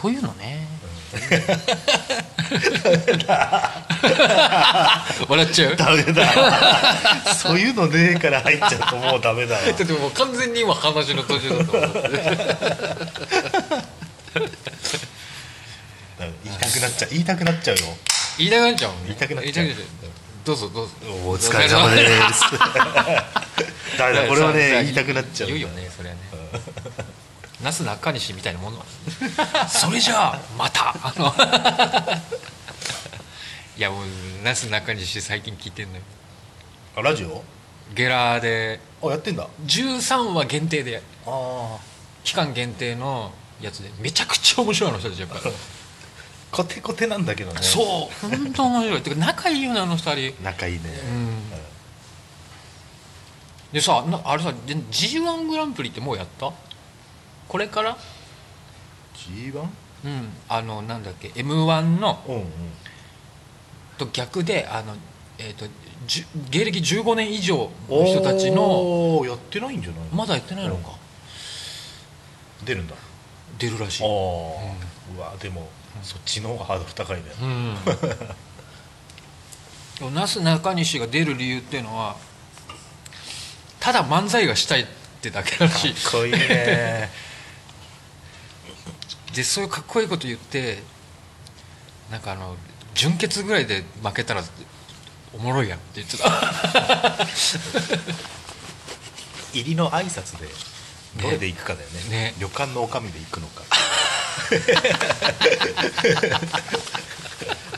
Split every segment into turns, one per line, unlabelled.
というのね 笑っちゃうだ
ダメだそういうのねえから入っちゃうともうダメだわ
ってもう完全に今話の途中だと思う
ダメ言いたくなっちゃう言いたくなっちゃうよ
言いたくなっちゃうもんね
言いたくなっちゃう
言いたどうぞどうぞ
お疲れ様です ダメだこれはね言いたくなっちゃう
言うよねそれはねなすなっかにしみたいなものそれじゃあまたあのいやもうなすなっかにし最近聞いてんのよ
あラジオ
ゲラーで
あやってんだ
13話限定で
あ
期間限定のやつでめちゃくちゃ面白いあの人たちやっぱり
あコテコテなんだけどね
そう本当面白いてか仲いいよねあの二人
仲いいね
うんでさなあれさで G1 グランプリってもうやったこれから
G1?
うんあのなんだっけ m 1の
うんうん
と逆であの、えー、とじゅ芸歴15年以上の人たちの
おーやってないんじゃない
まだやってないのか、
出るんだ
出るらしい
あ、あうわでもそっちの方がハードル高いね
うん、でもなすなかにしが出る理由っていうのはただ漫才がしたいってだけらしい
かっこいいね
でそういうかっこいいこと言ってなんかあの純潔ぐらいで負けたらおもろいやんって言ってた
入りの挨拶でどれで行くかだよね
ね
旅館の女将で行くの か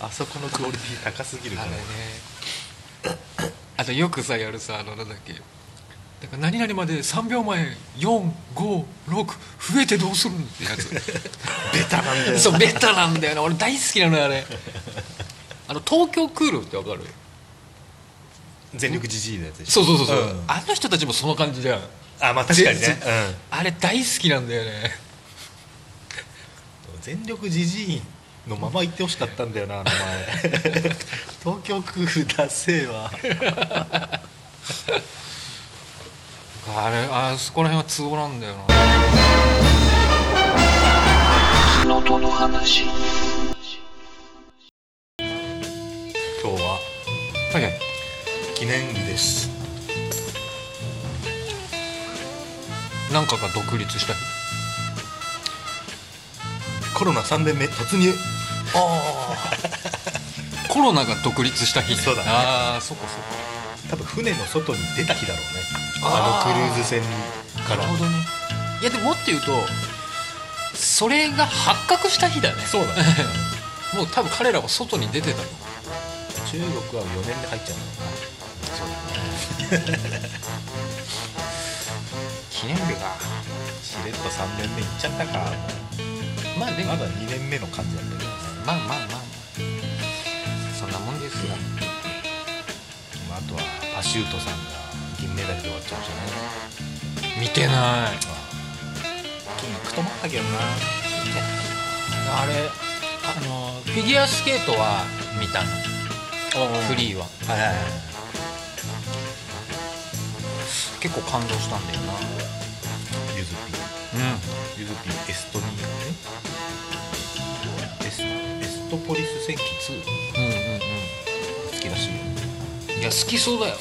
あそこのクオリティ高すぎるか
あ
ら
れねあとよくさやるさあのなんだっけだから何々まで3秒前456増えてどうするんってやつ
ベタなんだよ
そうベタなんだよね俺大好きなのよあ れあの東京クールってわかる
全力じじいのやつでし
そ
ょ
うそうそうそう、
ん
あの人たちもその感じじゃん
あまあ確かにね
全あれ大好きなんだよね
うん全力じじいのまま行ってほしかったんだよな名前 東京クールだせえわ
あれあそこら辺は都合なんだよな
今日は
はいはい
記念日です
なんかが独立した日
コロナ3年目突入
コロナが独立した日ね
そうだね
ああそっかそっか
多分船の外に出た日だろうね
あ
あ
ー
のクルーズ船にか
な
ら
るほどねいやでももっと言うとそれが発覚した日だね
そうだね
もう多分彼らは外に出てたの
中国は4年で入っちゃう
記念日が
のしれっと3年目いっちゃったか
まあでも
まだ2年目の感じなんだけどね
まあまあまあまあそんなもんですが
まああとはパシュートさんが銀メダルで終わっちゃうんじゃない
見てない
金いくと思ったけどな
あれあのフィギュアスケートは見たのフリーは
ーはいはいはい
結構感動したんだよな
ゆず
う
ぴゆずぴエストニアねエスエストポリス戦記2
んうんうんうん
好きらしいよ
いや好きそうだ よ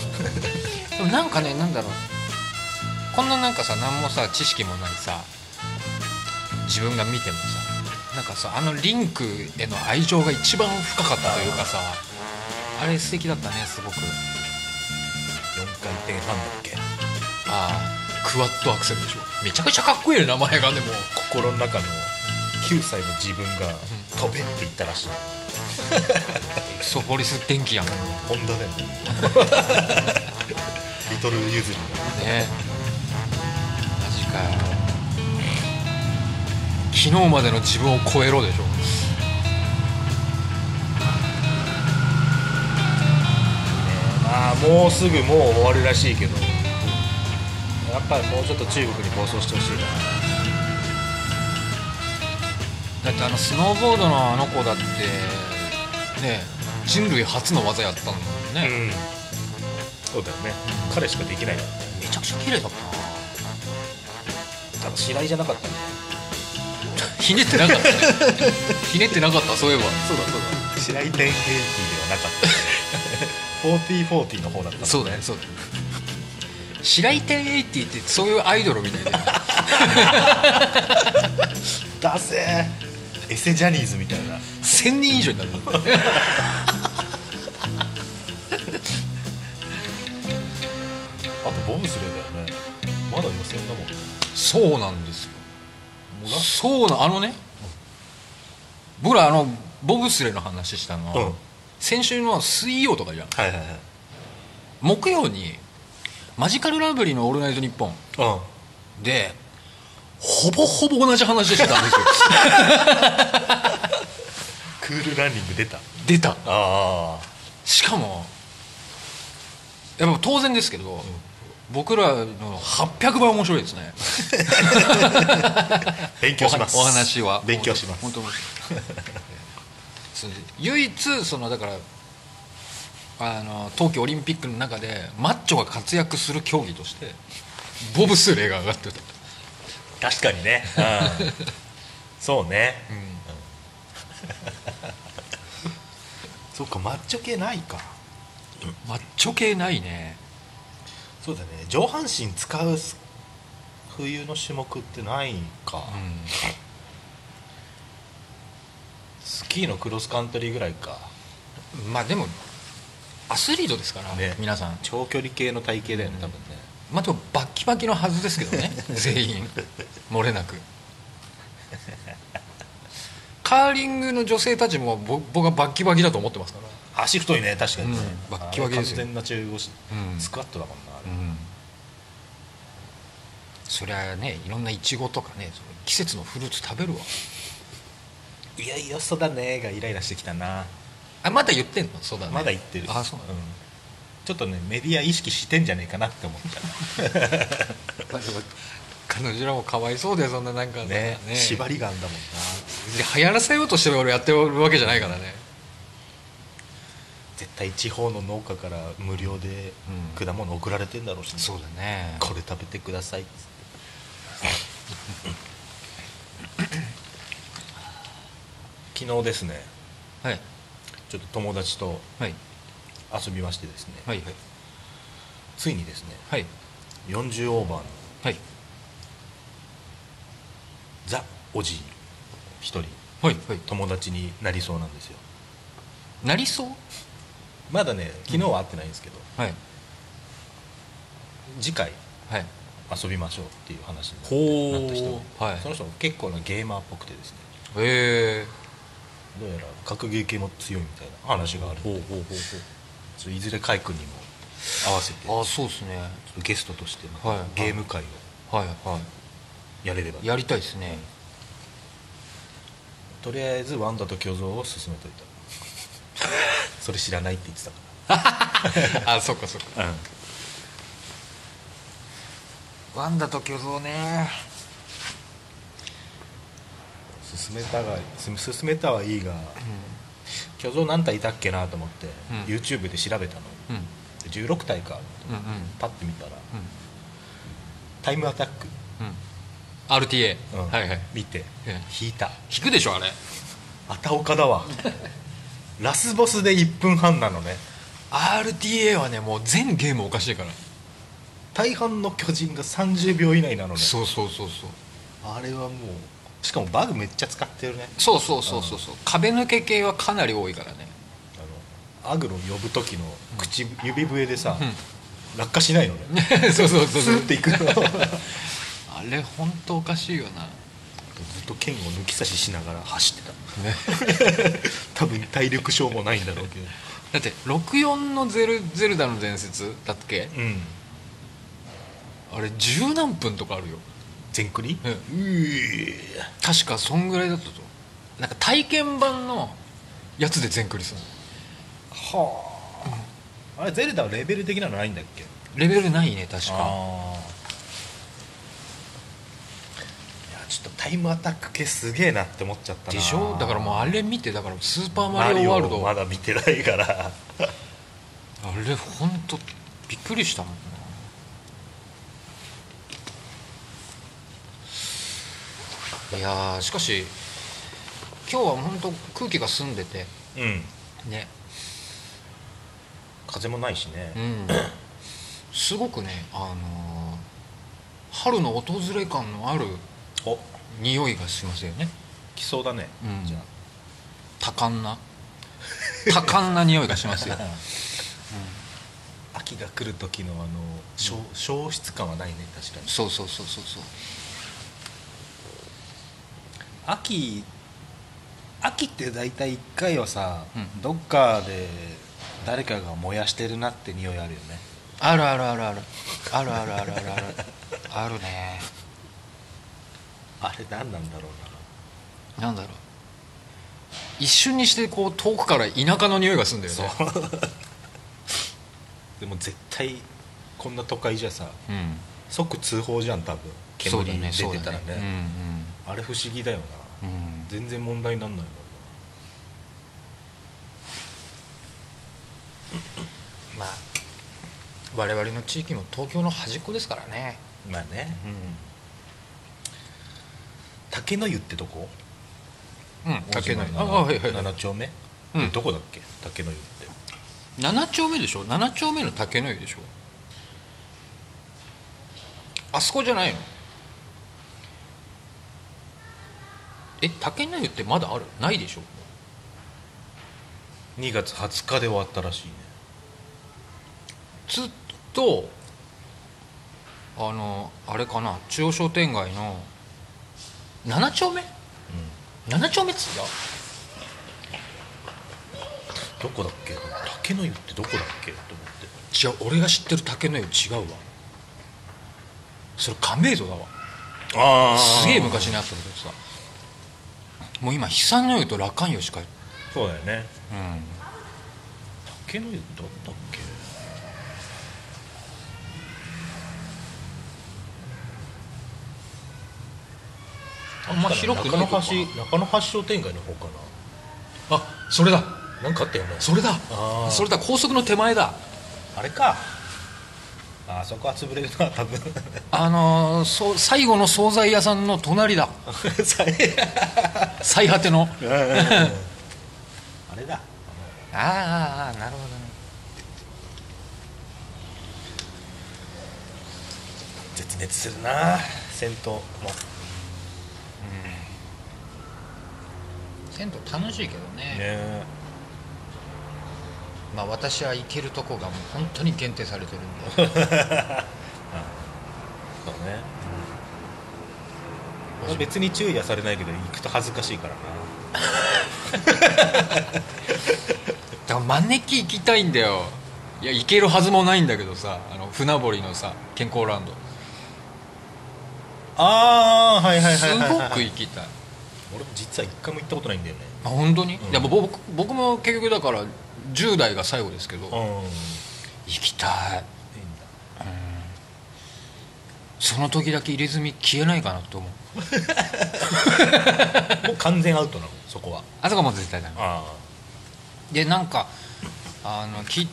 でもなんかねなんだろうこんななんかさ何もさ知識もないさ自分が見てもさなんかさあのリンクへの愛情が一番深かったというかさあれ素敵だったねすごく
4回転半だっけ
ああクワッドアクセルでしょめちゃくちゃかっこいいよ名前がでも
心の中の9歳の自分が飛べって言ったらしい
クソポリス電気やんね
ホンダ だよねリトルユズリ
マジかよ昨日までの自分を超えろでしょ
まあもうすぐもう終わるらしいけどやっぱりもうちょっと中国に暴走してほしいな
だってあのスノーボードのあの子だってね人類初の技やったんだもんね、
んそうだよね彼しかできないからね
めちゃくちゃ綺麗だったな
ただ白井じゃなかったね
ひねってなかったね ひねってなかったそういえば
そうだそうだ白井1080ではなかった4040の方だった
そうだねそうだね白井1080ってそういうアイドルみたいだよね
だせーエセジャニーズみたいな
1000人以上になるもんね
あとボブスレーだよねまだ予選だもん
そうなんですよ
もう
そうなあのね僕らあのボブスレーの話したのは、
うん
先週の水曜とかじゃん
なはいはいはい
木曜にマジカルラブリーの「オールナイトニッポン
うん」
でほぼほぼ同じ話してたん ですよ
クールランニング出た
出た
ああ
しかもいやもう当然ですけど、僕らの800倍面白いですね
勉強します
お話は
勉強します
本当本当そう唯一そのだからあの冬季オリンピックの中でマッチョが活躍する競技としてボブスレーが上がってた、
確かにね、うん、そうねそっかマッチョ系ないか
マッチョ系ないね
そうだね上半身使うす冬の種目ってないか、
う
スキーのクロスカントリーぐらいか
んまあでもアスリートですから、
ね
皆さん
長距離系の体型だよね多分ね
まあでもバッキバキのはずですけど ね全員漏れなくカーリングの女性たちもぼ僕はバッキバキだと思ってますから
足太いね確かにね、
うんバッキバキですよ
あれ完全な中腰、
うん
スクワットだもんなあれ
そりゃねいろんなイチゴとかねその季節のフルーツ食べるわ
いやいやそうだねがイライラしてきたな、
あまだ言ってんのそうだね
まだ言ってる
あそうなの
んちょっとねメディア意識してんじゃねえかなって思った
彼女らもかわいそうでそんななんか
ね
ね
縛りがあんだもんな
流行らせようとして俺やってるわけじゃないからね
絶対地方の農家から無料で
うん
果物送られてんだろうしね、
そうだね
これ食べてくださいっつって 昨日ですね
はい
ちょっと友達と
はい
遊びましてですね、
はい
ついにですね
はい
40オーバーの
はい
ザ・おじい一人
はいはい
友達になりそうなんですよ
なりそう
まだね昨日は会ってないんですけど、
はい
次回
はい
遊びましょうっていう話にな
ほー
なった人がいて
はい
その人結構なゲーマーっぽくてですね
え
どうやら格ゲー系も強いみたいな話があるんで
ほうほう
ちょっといずれ海君にも合わせてちょ
あそうですね
っとゲストとしてまた
はいはい
ゲーム会を
はいはい
やれればと
やりたいですね
とりあえずワンダと巨像を進めとい たそれ知らないって言ってたか、
あそっかそっから
うん、
ワンダと巨像ね
進めたが進進めたはいいが、巨像何体いたっけなと思って、
ん
YouTube で調べたの
うんうん
で16体か
うん
パッて見たら
う
タイムアタック、
んうん RTA、
うん
はいはい
見て
え
引いた
引くでしょあれ
あたおかだわ ラスボスで1分半なのね
RTA はねもう全ゲームおかしいから、
大半の巨人が30秒以内なのね
そうそうそうそう
あれはもうしかもバグめっちゃ使ってるね
そうそうそうそうそう壁抜け系はかなり多いからね
あのアグロ呼ぶ時の口指笛でさ、
う
落下しないのね
そうそうそう
ス
そう
ーっていくのずっ
あれ本当おかしいよな
と剣を抜き差ししながら 走ってた多分体力消耗ないんだろうけど
だって64のゼル「ゼルダの伝説」だっけ
うん
あれ十何分とかあるよ
全クリ
うん
ー
確かそんぐらいだったとなんか体験版のやつで全クリするの
はああれゼルダはレベル的なのないんだっけ
レベルないね確か
あいやちょっとタイムアタック系すげえなって思っちゃったな
でしょだからもうあれ見てだから「スーパーマ
マ
リ
リ
オ
オ
ワ
ワ
ール
ール
ド」
ドまだ見てないから
あれほんとびっくりしたもんないやーしかし今日は本当空気が澄んでて
うん
ね
風もないしね
う、んすごくねあのー春の訪れ感のある
お
匂いがしますよね
来そうだね、
うん
じゃあ
多感な多感な匂いがしますよ
秋が来る時のあの消,、消失感はないね確かに
そうそうそうそうそう
秋秋って大体1回はさ、
うん
どっかで誰かが燃やしてるなって匂いあるよね
あるあるあるあるあるあるあるあるあるあるね
あれ何なんだろ
なんだろう一瞬にしてこう遠くから田舎の匂いがするんだ
う
よ
な
ね
そうでも絶対こんな都会じゃさ
うん
即通報じゃん多分
そう
煙
だ
出
ねそう
て
だ
たらね
ね
あれ不思議だよな、
うんうんうん
全然問題になんないもん
まあ我々の地域も東京の端っこですからね
まあね
う
竹の湯ってどこ
ん、うん、竹の湯
あ、
あ
は
はいい
は
はいい
は、
はいい
7丁目、
うん
どこだっけ竹の湯って
7丁目でしょ7丁目の竹の湯でしょあそこじゃないのえ竹の湯ってまだあるないでしょ
2月20日で終わったらしいね
ずっとあのあれかな中央商店街の7丁目7丁目っつった
どこだっけ竹の湯ってどこだっけと思って
じゃあ俺が知ってる竹の湯違うわそれ亀戸だわ
あ
すげえ昔にあったけどさもう今悲惨の湯と羅漢湯しか
そうだよね
うん
竹の湯ってどこだっけ
あんま広くないと
中
こ
野
かな
橋中野橋商店街の方か
あそれだ
ななんかあったよね
それだ
あー
それだ高速の手前だ
あれかあそこは潰れるな多 分
あのーそう最後の惣菜屋さんの隣だ
最
最果ての
あれ
あーあ
だ
ーあーなるほどね
絶滅するな戦闘も
銭湯楽しいけどね
ね
まあ私は行けるとこがもう本当に限定されてるんで
そうね、まあ別に注意はされないけど行くと恥ずかしいからな
だから招き行きたいんだよいや行けるはずもないんだけどさあの船堀のさ健康ランド
ああはい
すごく行きたい
俺も実は一回も行ったことないんだよね
あ本当に、
うん
いや僕僕も結局だから10代が最後ですけど、行
ん
きたい
いいんだ
その時だけ入れ墨消えないかなと思う
もう完全アウトなのそこは
あそこはもう絶対だめ
あ
でなんかあの聞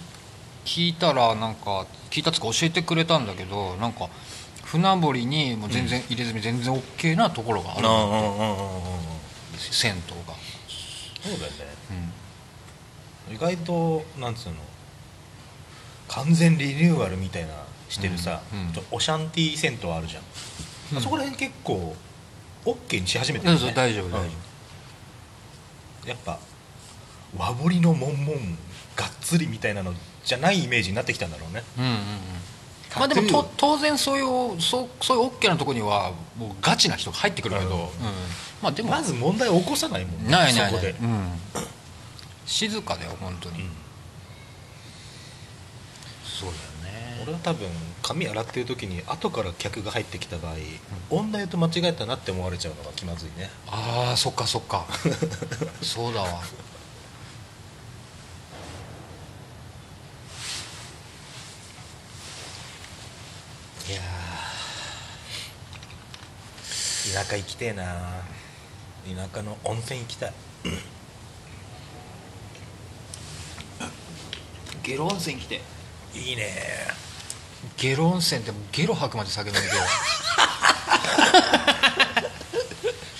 聞いたらなんか聞いたつか教えてくれたんだけどなんか船堀にもう全然入れ墨全然 OK なところがあ
あ
るん
うん
だ
うんうんうんうん
ですよ銭湯が、
そうだよね
うん、
意外となんつうの完全リニューアルみたいなしてるさ、
うんうん
ちょっとオシャンティー銭湯あるじゃん、
うん
あそこら辺結構 OK にし始めて
そ
る
う
よ
そう
ね
大丈夫
うん
大丈
やっぱ和彫りのもんもんがっつりみたいなのじゃないイメージになってきたんだろうね
夫うんうんうんまあでも
タトゥー
と当然そういうそうそういう OK なとこにはもうガチな人が入ってくるけど、
うん
うんまあでも
まず問題を起こさないもんね
ないないな
そこ
い、
で、
うん、静かだよ本当に、
うん
そうだよ
俺は多分髪洗ってる時に後から客が入ってきた場合、女湯と間違えたなって思われちゃうのが気まずいね
ああそっかそっ かそうだわ
いやー田舎行きてえな田舎の温泉行きたい
ゲロ温泉来て
いいね
ゲロ温泉ってゲロ吐くまで酒飲んでよ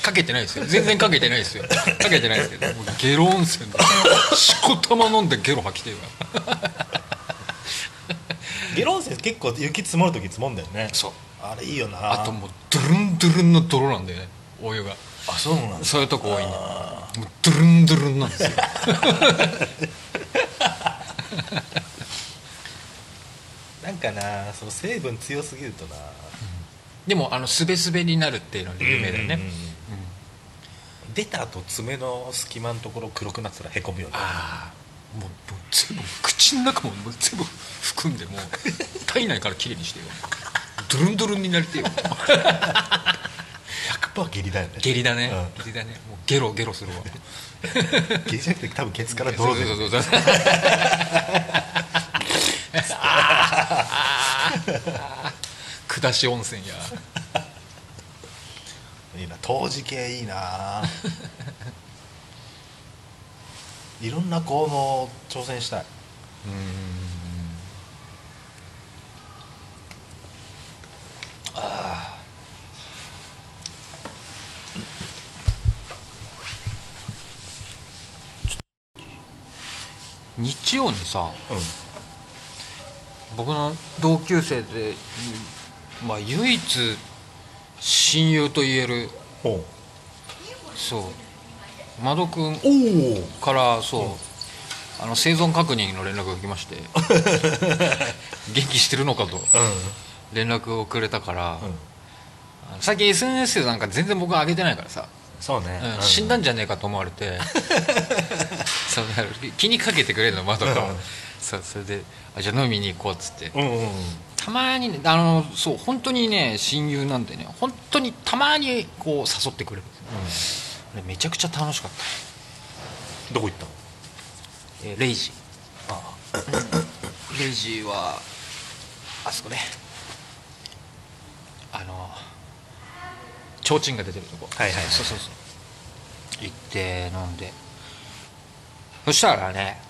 かけてないですよ全然かけてないですよかけてないですけどもうゲロ温泉でしこたま飲んでゲロ吐きてるから
ゲロ温泉結構雪積もる時積もんだよね
そう
あれいいよな
あともうドゥルンドゥルンの泥なんだよねお湯が
あそうなんだ
そういうとこ多いんでもうドゥルンドゥルンなんですよ
なんかなその成分強すぎるとな
でもあのすべすべになるっていうので有名だよね、
うんうんうん出た後爪の隙間のところ黒くなってたらへこむよね
ああもうもう全部口の中ももう全部含んでもう体内からきれいにしてよドゥルンドゥルンになりてえよ
100%下痢だよね
下痢だね、
う
下痢だねもうゲロゲロするわ
下痢じゃなくて多分ケツから泥出
そ
る
うそうそう そうあーあー下し温泉や
いいな陶磁系いい ないろんな効能を挑戦したい
日曜にさ
うん
僕の同級生で、まあ、唯一親友と言える
ほう
そう窓くん
おお
からそう、あの生存確認の連絡が来まして 元気してるのかと連絡をくれたから、
うん、うん、
あの最近 SNS なんか全然僕上げてないからさ、
そうね、
うん
う
死んだんじゃねえかと思われ てそうだから気にかけてくれるの窓くんは、
うん
そうそれであじゃあ飲みに行こうっつって
うんうんうん
たまにねあのそう本当にね親友なんでね本当にたまにこう誘ってくれるんですよでめちゃくちゃ楽しかった、
どこ行ったの
えーレイジ
あ
レイジはあそこねあの提灯が出てるとこ
はいはいはい
そうそうそう行って飲んでそしたらね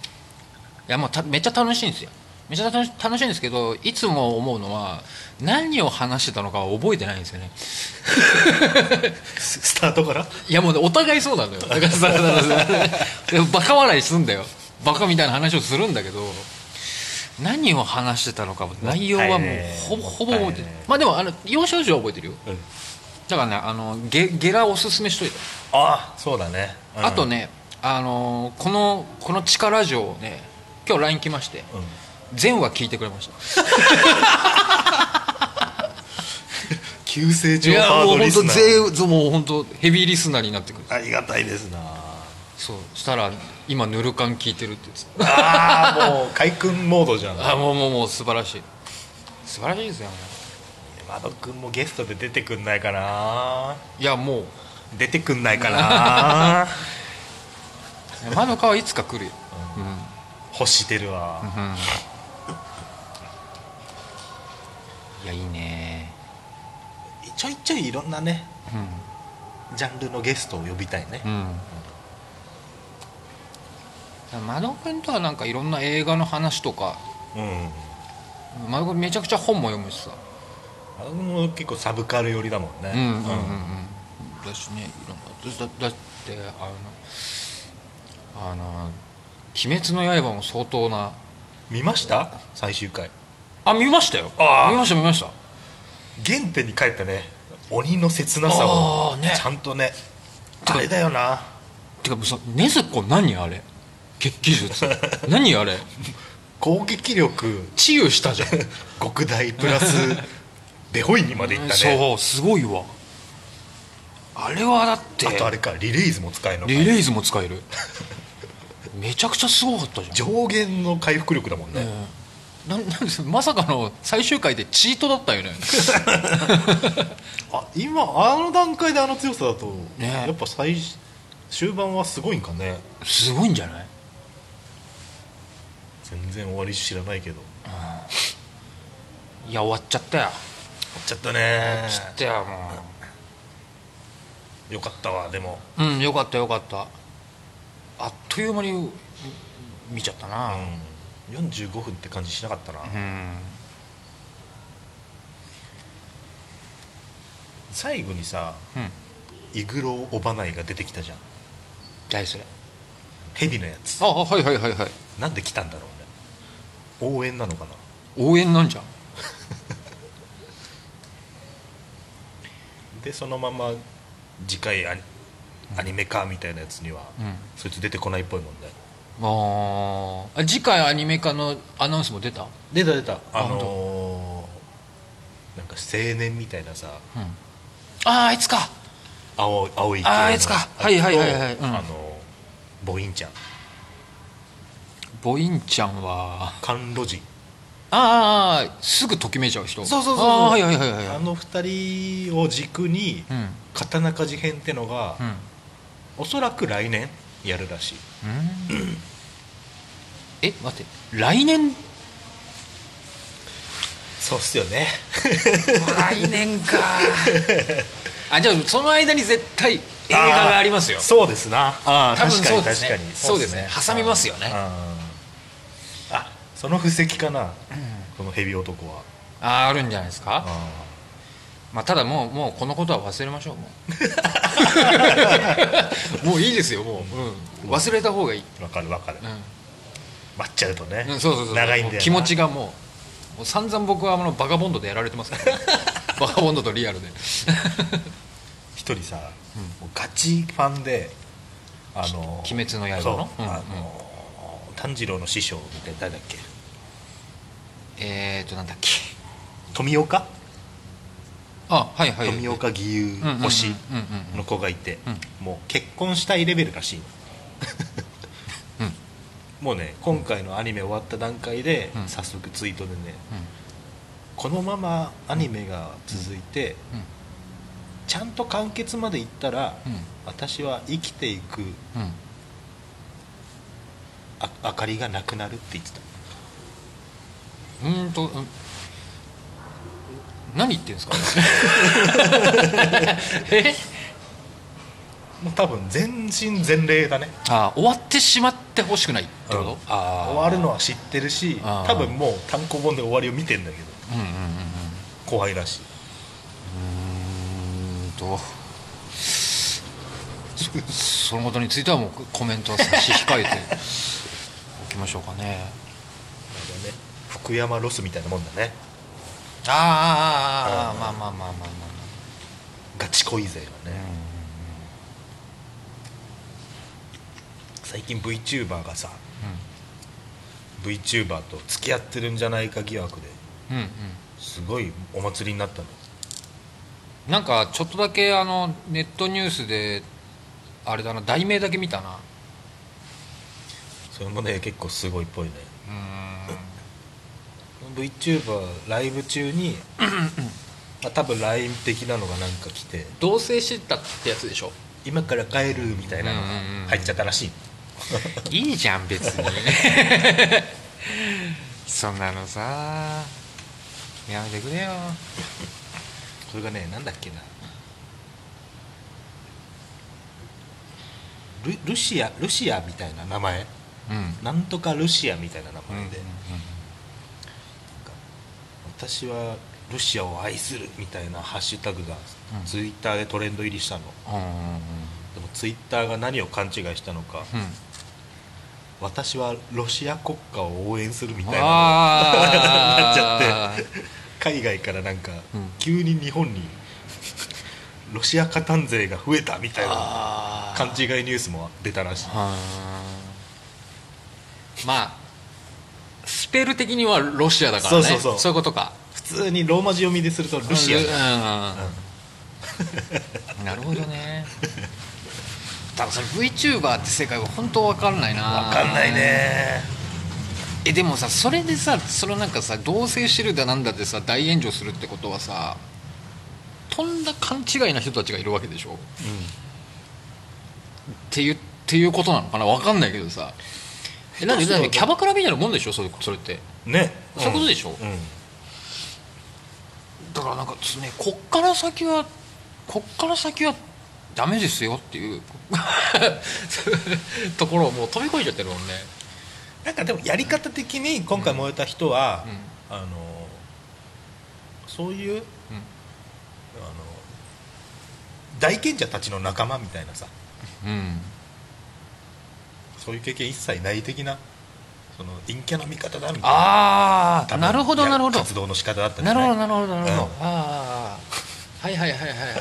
いやもうためっちゃ楽しいんですよめっちゃ楽し楽しいんですけどいつも思うのは何を話してたのかは覚えてないんですよね
ススタートから
いやもうねお互いそうなのよだからさだからさでもバカ笑いすんだよバカみたいな話をするんだけど何を話してたのか内容はもうほぼほぼ覚えてない
もったいね
まあでもあの要所要所は覚えてるよ
うん
だからねあのゲゲラおすすめしといた、
あそうだね、うん
あとねあのこのこの地下ラジオをね今日 LINE 来まして
うん
全話聞いてくれました
急成
い
長
や
ハー
もう
ド
本
リス
当
ナー
全もう本当ヘビーリスナーになってくる
ありがたいですな
そうしたら今ぬる感聞いてるって言ってた
ああもう海君モードじゃん
あもうもうもう素晴らしい素晴らしいですよね
マド君もゲストで出てくんないかない
やもう
出てくんないか な
まどかはいつか来るよ、うん
欲してるわ、
いやいいね
ちょいちょいいろんなね
う
ジャンルのゲストを呼びたいね、
んうんまどくんとはなんかいろんな映画の話とか
うん
まどくんめちゃくちゃ本も読むしさ
マド君も結構サブカル寄りだもんね
うんうんうんうんだしねいろんなだだってあのあの「鬼滅の刃」も相当な
見ました最終回
あ見ましたよ
あー
見ました見ました
原点に帰ったね鬼の切なさ
あ
を
ーね
ちゃんとねあれだよな
てかさ禰豆子何あれ血気 術何あれ
攻撃力
治癒したじゃん
極大プラス ベホイにまでいったね
そうすごいわあれはだって
あとあれかリレイズも使えるのか
リレイズも使えるめちゃくちゃすごかったじゃん
上限の回復力だもんね、
ななんですまさかの最終回でチートだったよね
あ今あの段階であの強さだと、
ね
やっぱ最終盤はすごいんかね
すごいんじゃない
全然終わり知らないけど
いや終わっちゃったよ
やっちゃったね
ちったよも
よかったわでも
ううんよかったよかったあっという間にう見ちゃったな
うん45分って感じしなかったな、
うん
最後にさ
うん
イグローオバナイが出てきたじゃん
誰それ
ヘビのやつ
ああはいはいはいはい
なんで来たんだろうね応援なのかな
応援なんじゃん
でそのまま次回アニアニメ化みたいなやつには、
うん
そいつ出てこないっぽいもんね
あーあ次回アニメ化のアナウンスも出た、
出た出たあ
本
のーなんか青年みたいなさ
うん、あああいつか
青青い系の
あーあいつか
と
はいはいはいはいうん
あのーボインちゃん
ボインちゃんは
甘露寺
あーあーあーすぐときめいちゃう人あーはいはいはいはい
あの二人を軸に
うんうん
刀鍛冶編ってのが、おそらく来年やるらしい
うんえ待って来年
そうっすよね
来年か あじゃあその間に絶対 映画がありますよ
そうですなあー
多分
確か
そうで
に
すね
確かに
そうですね挟みますよね
あーあその布石かな、このヘビ男は
あーあるんじゃないですか
あ
まあ、ただもうもうこのことは忘れましょうも うもういいですよもう、うん、忘れた方がいい、
ーわかるわかる、
う
待っちゃうとね、
んうん、そうそうそう
長い
も
んだよ
う
な
気持ちがもうもう散々僕はあのバカボンドでやられてますから バカボンドとリアルで
一人さ、もうガチファンで「あの
き鬼滅の刃の
そう
うんうん
あの炭治郎の師匠みたいな誰だっけ
えっとなんだっけ
富岡
あはいはい
富岡義勇
うんうんうん
推し
うんうんうん
の子がいて、
うん
もう結婚したいレベルらしいの、
うん
もうね今回のアニメ終わった段階で、
うん
早速ツイートでねこのままアニメが続いて、
うん
ちゃんと完結までいったら、
うん
私は生きていく
うんうん
あ明かりがなくなるって言ってた
うーんと、うん、何言って んですかえ
もう多分全身全霊だね
あ終わってしまってほしくないってこと、
うん
あー
終わるのは知ってるし
あー
多分もう単行本で終わりを見てんだけど
うんうんうんうん
怖いらしいう
ーんとそそのことについてはもうコメントは差し控えておきましょうかね
あれだね福山ロスみたいなもんだね
あーあーあーあー
うん
まあまあまあまあまあ
ガチ恋勢が
ま
ね、最近 VTuber がさ
あ
VTuber と付き合ってるんじゃないか疑惑で
うんうんうん
すごいお祭りになったの
うんなんかちょっとだけあのネットニュースであれだな題名だけ見たな
それもね結構すごいっぽいね
うーん
VTuber ライブ中にまあ多分 LINE 的なのがなんか来て
同棲してたってやつでしょ
今から帰るみたいなのが入っちゃったらしい、
いいじゃん別にそんなのさやめてくれよ
これがねなんだっけなルルシアルシアみたいな名前
うん
なんとかルシアみたいな名前で、
うん
私はルシアを愛するみたいなハッシュタグがツイッターでトレンド入りしたの、
うんうんうん
でもツイッターが何を勘違いしたのか、
うん
私はロシア国家を応援するみたいなのがなっち
あ
ゃっ
ー
て海外からなんか
うん
急に日本に ロシア加担税が増えたみたいな
あー
勘違いニュースも出たらしい
はーまあスペル的にはロシアだからね
そうそうそう
いうことか
普通にローマ字読みでするとルシアだ
うん、なるほどね多分その VTuber って世界は本当分かんないな
わかんないね
えでもさそれでさそのなんかさ同棲してるだなんだってさ大炎上するってことはさとんだ勘違いな人たちがいるわけでしょっていうっていうことなのかな分かんないけどさえなんで
そうそう
なんでキャバクラみたいなもんでしょそれそれって
ね
そういうことでしょ
うんうん
だからなんかつねこっから先はこっから先はダメですよっていう そういうところをもう飛び越えちゃってるもんね
なんかでもやり方的に今回燃えた人は、あのそういう、あの大賢者たちの仲間みたいなさ
うん
そういう経験一切ない的なその陰キャの味方だみたいな
ああ
多分
なるほどなるほど
活動の仕方だったんじ
な
ゃ
る
ない
ほどなるほどなるほど、
うん
ああはいはいはいはいはいはい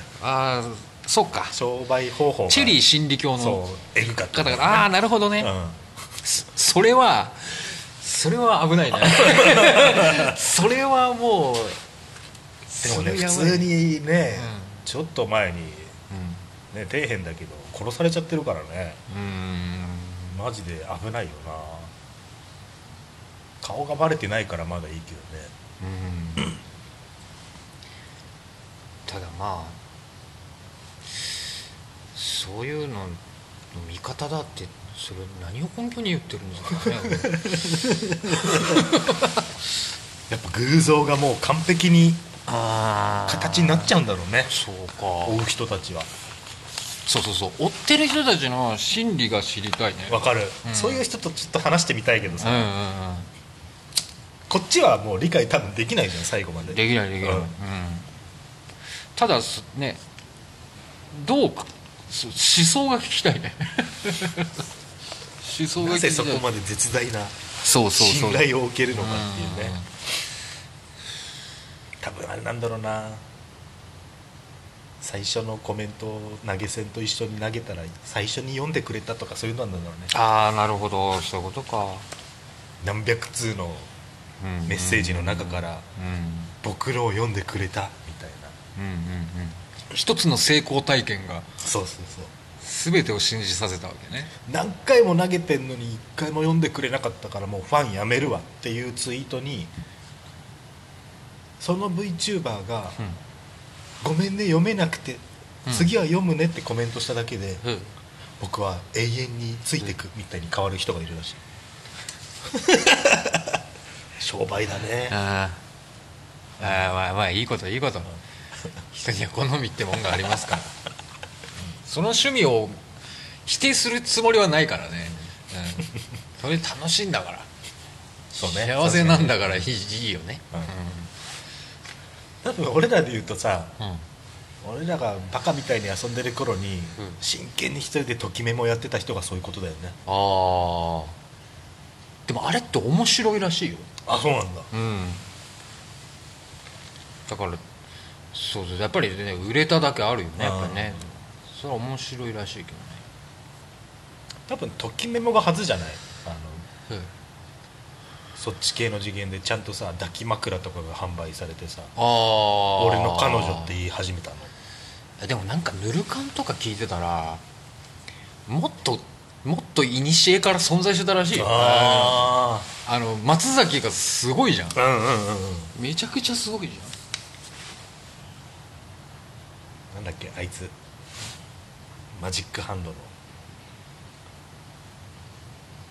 ああそうか
商売方法が
チェリー心理教
そ
の
うエグかった
方々ああなるほどね、それはそれは危 ないなそれはもう
でも
そ
ね普
れやば
通
い
にね、
う
ちょっと前に、
うん
ね、底辺だけど殺されちゃってるからね
うーん
マジで危ないよな顔がバレてないからまだいいけどね
うんただまあそういうのの見方だってそれ何を根拠に言ってるんですかね
やっぱ偶像がもう完璧に
あ
形になっちゃ
う
うんだろうね
そうか
追う人たちは
そうそうそう追ってる人たちの心理が知りたいね
わかる、
うん
そういう人とちょっと話してみたいけど
う
さ、
んうんうん
こっちはもう理解多分できないじゃん最後まで
できないできない、
う
うんんただすねどうかそ思想が聞きたいね 思想が
な
聞きた
ぜ
い
そこまで絶大な
そうそうそ
信
う
頼を受けるのかっていうね多分あれなんだろうな最初のコメントを投げ銭と一緒に投げたら最初に読んでくれたとかそういうのなんだろうね
ああなるほどそういうことか、
何百通の
うん
メッセージの中から
うん
「僕らを読んでくれた」みたいな
うんうんうん一つの成功体験が
そうそうそう
全てを信じさせたわけね
何回も投げてんのに一回も読んでくれなかったからもうファンやめるわっていうツイートにその VTuber が
うん
「ごめんね読めなくて
うん
次は読むね」ってコメントしただけで
うん
僕は永遠についてくみたいに変わる人がいる らしい商売だね
あーあーまあまあいいこといいこと人には好みってもんがありますからその趣味を否定するつもりはないからね、うん、それ楽しいんだから
そうね
幸せなんだからいいいいよね
うん多分俺らで言うとさ
うん、うん
俺らがバカみたいに遊んでる頃に
うん
真剣に一人でときめもやってた人がそういうことだよね
ああでもあれって面白いらしいよ
あそうなんだ
うんだからそうそうやっぱりね売れただけあるよねやっぱりねそれは面白いらしいけ
多分ときメモがはずじゃないあの
どね、
そっち系の次元でちゃんとさ抱き枕とかが販売されてさ
ああ
俺の彼女って言い始めたの
でもなんかぬる感とか聞いてたらもっともっと古から存在してたらしいよあ
あ
の松崎がすごいじゃん
あうんうんうんうん
めちゃくちゃすごいじ
なんだっけあいつマジックハンドの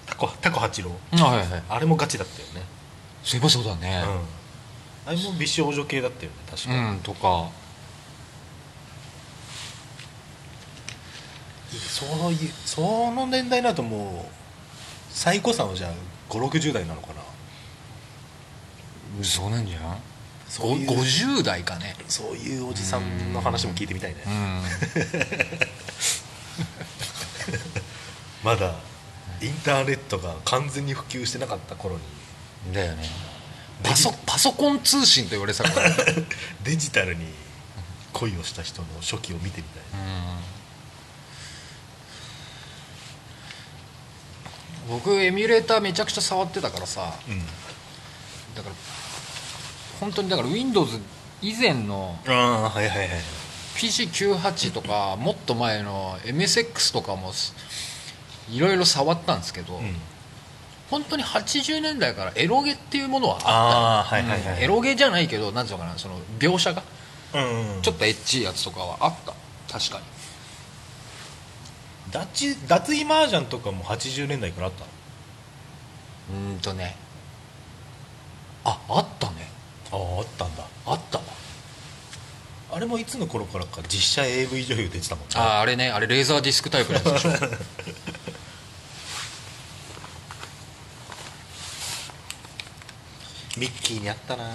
タコタコ八郎
ゃんあはいはい
あれもガチだったよね
そういえばそうだね
うんあれも美少女系だったよね確か、
うん、とか
そういうその年代だともう最古さんはじゃあ560代なのかな
そうなんじゃん
そういう
50代かね
そういうおじさんの話も聞いてみたいね
うん
まだインターネットが完全に普及してなかった頃 に
だ よねパソパソコン通信と言われてたから、ね、
デジタルに恋をした人の初期を見てみたい
うん僕エミュレーターめちゃくちゃ触ってたからさ
うん
だから本当にだから Windows 以前の
ああはいはいはい
PC98 とかもっと前の MSX とかもすいろいろ触ったんですけど、
うん
本当に80年代からエロゲっていうものは
ああ
あった
はいはいはい
うんエロゲじゃないけどなんていうのかなその描写が
うんうん
ちょっとエッチいやつとかはあった確かに
脱衣脱衣麻雀とかも80年代からあった
うーんとねああったね
あああったんだ
あったわ
あれもいつの頃からか実写 AV 女優出てたもんね
あああれねあれレーザーディスクタイプのやつでしょ
ミッキーにあったな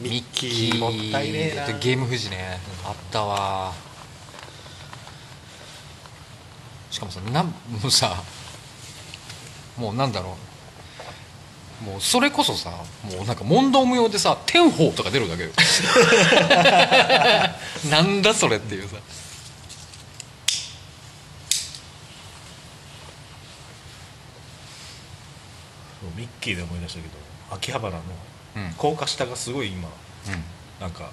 ミッキー
もったいねえな
ゲーム富士ねあったわしかもさなんもうさもうなんだろうもうそれこそさもうなんか問答無用でさ「天宝」とか出るだ けよなんだそれっていうさ
そうミッキーで思い出したけど秋葉原の
うんうん
高架下がすごい今なんか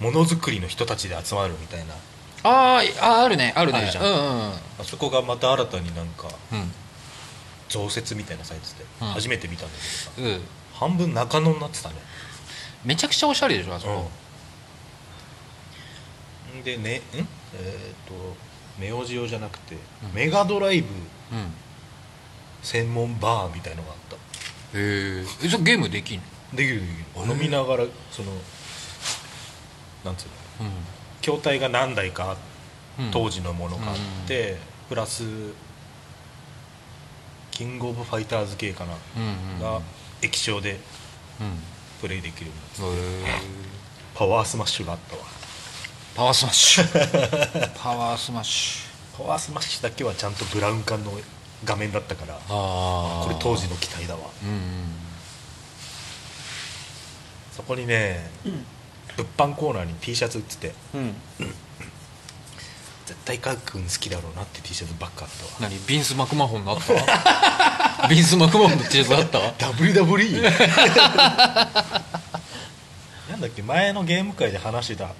ものづくりの人たちで集まるみたいな
あーああるねあるね、
あるじゃん
うんうんうん
あそこがまた新たになんか
うん
増設みたいなサイトで
うん
初めて見たんだけどさ、
うん
半分中野になってたね
めちゃくちゃおしゃれでしょあそこ、
うんでねんえーっとネオジオじゃなくて、メガドライブ
うん
専門バーみたいのがあっ
へーえそれゲームできんの、
たできるできる飲みながらそのなんつうの筐体が何台か
うん
当時のものがあって、プラスキングオブファイターズ系かな、
うんうん
が液晶で
うん
プレイできるようになって
へえ
パワースマッシュがあったわ
パワースマッシュ パワースマッシュ
パワースマッシュだけはちゃんとブラウン管の画面だったから
あ
これ当時の期待だわ
うんうん
そこにね、物販コーナーに T シャツ売ってて
うん、
絶対カー君好きだろうなって T シャツばっかあったわ
何ビンス・マクマホンのあった ビンス・マクマホンの T シャツあった
WWE なんだっけ前のゲーム会で話してた
う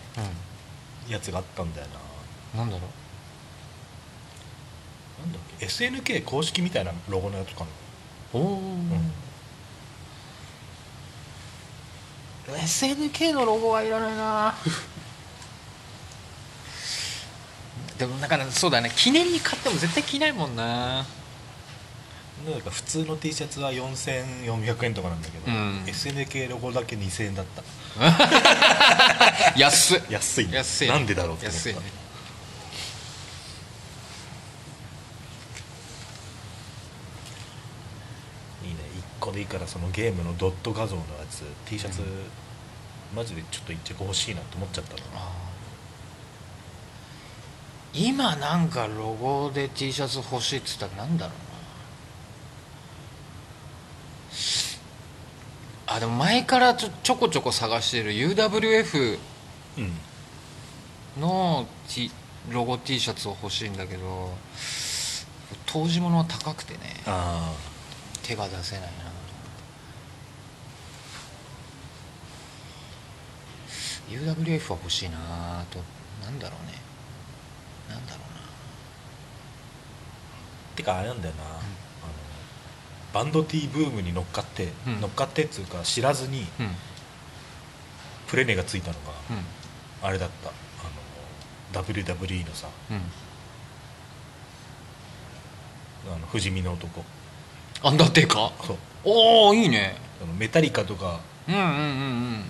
やつがあったんだよなん
なんだろう
なんだっけ SNK 公式みたいなロゴのやつかな
おお、SNK のロゴはいらないなでもだからそうだね記念に買っても絶対着ないもんな
なんか普通の T シャツは4400円とかなんだけど、
うん
SNK ロゴだけ2000円だった
安っ
安い
安いね
なんでだろうって思っ
安
た
いね
いいね1個でいいからそのゲームのドット画像のやつ T シャツ、
うん
マジでちょっと1着欲しいなと思っちゃったな
今なんかロゴで T シャツ欲しいっつったらなんだろうなあでも前からちょちょこちょこ探してる UWF
うん
の、T、ロゴ T シャツを欲しいんだけど当時物は高くてね
あ
手が出せないなうん UWF は欲しいなとなんだろうねなんだろ
てかあれなんだよな、あのバンド T ブームに乗っかって、
うん
乗っかってっつうか知らずに
うな
プレネがついたのが
うん
あれだったあの WWE のさ
うんうん
あの不死身の男
アンダーテイカー
そう
おおいいね
あのメタリカとか
うんうんうん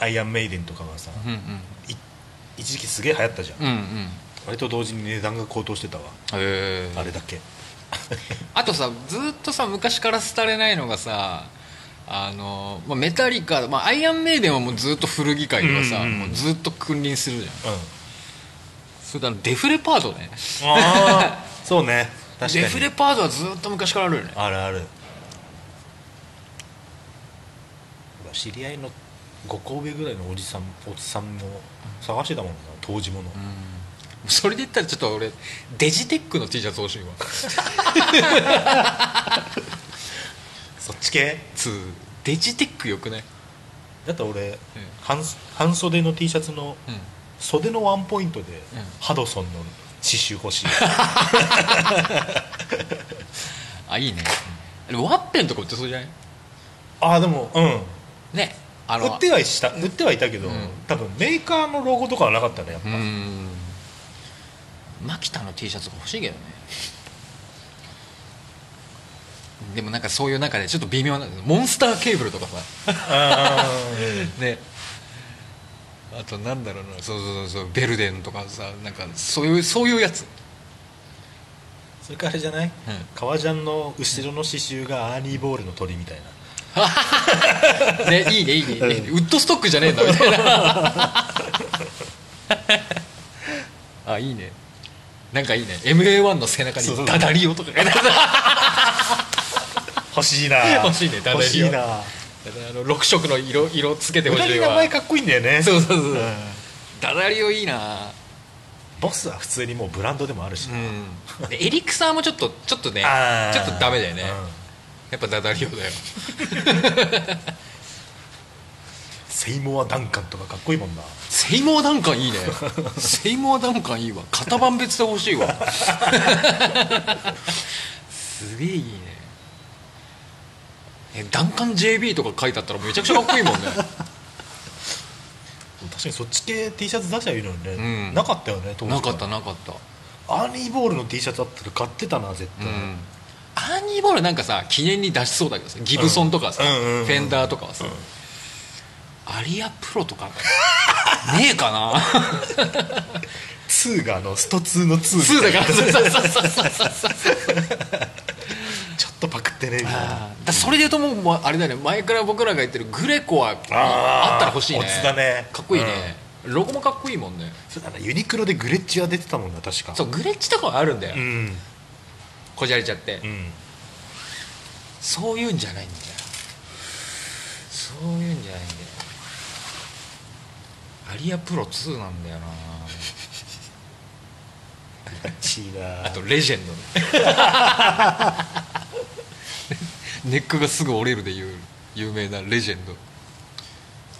アイアンメイデンとかがさ、
うんうん
い一時期すげえ流行ったじゃん、
うんうんうん
あれと同時に値段が高騰してたわ、
へ
あ
え
れだけ
あとさずーっとさ昔から廃れないのがさあの、まあ、メタリカ、まあ、アイアンメイデンはもうずーっと古着界とかさ、
うんうんうん
もうずーっと君臨するじゃん
うん
それからデフレパードね
ああ そうね確かに
デフレパードはずーっと昔からあるよね
あるある知り合いの5個上ぐらいのおじさんおっさんも探してたもんな当時もの、
それで言ったらちょっと俺デジテックの T シャツ欲しいわ
そっち系
つーデジテックよくない
だって俺、半半袖の T シャツの
うん
袖のワンポイントで、
うん
ハドソンの刺繍欲 しい
あいいねあれワッペンとか売ってそうじゃない
ああでもうん
ねあ
売ってはいした売ってはいたけど、
うん
多分メーカーのロゴとかはなかったねやっぱ、
うーん牧田の T シャツが欲しいけどねでもなんかそういう中でちょっと微妙なモンスターケーブルとかさ
あ
ねあとなんだろうなそうそうそうそうベルデンとかさなんかそういうそういうやつ
ーそれからあれじゃない、革ジャンの後ろの刺繍がアーニーボールの鳥みたいな
ねいいねいいねいいねウッドストックじゃねえんだみ たいなあいいねなんかいいね MA1 の背中に
そうそう
ダダリオとか 書いてある
欲しいな
欲しいねダダリオ
欲しいな
あの6色の色色つけて
無
ほ
駄
しい
に名
わ
前かっこいいんだよね
そうそうそう、
ん
ダダリオいいな
ボスは普通にもうブランドでもあるしな、
うんでエリクサーもちょっとちょっとね
あー
ちょっとダメだよね、
うん
やっぱダダリオだよ
セイモア・ダンカンとかかっこいいもんな
セイモアダンカンいい ねセイモアダンカンいいわ型番別で欲しいわすげえいいねえダンカン JB とか書いてあったらめちゃくちゃかっこいいもん ね
確かにそっち系 T シャツ出しゃいいのにね、
うん
なかったよね当時
なかったなかった
アーニーボールの T シャツあったら買ってたな絶
う
対、
んアーニーボールなんかさ記念に出しそうだけどさギブソンとかさ、
うんうんうんうん
フェンダーとかはさ、アリアプロとかねえかな
ツーがあのスト2の2
2 だから
ちょ
そうそうそうそうそうそう
っとパクってねみたいな
あーだそれで言うともうまあれだよね前から僕らが言ってるグレコは
ー
あったら欲しいね
オツだね
かっこいいね、ロゴもかっこいいもんね
そうだなユニクロでグレッチは出てたもんな確か
そうグレッチとかはあるんだよ、
うん
こじゃれちゃって、
うん
そういうんじゃないんだよそういうんじゃないんだよアリアプロ2なんだよな
チーだ
あとレジェン ドねネックがすぐ折れるで有有名なレジェンド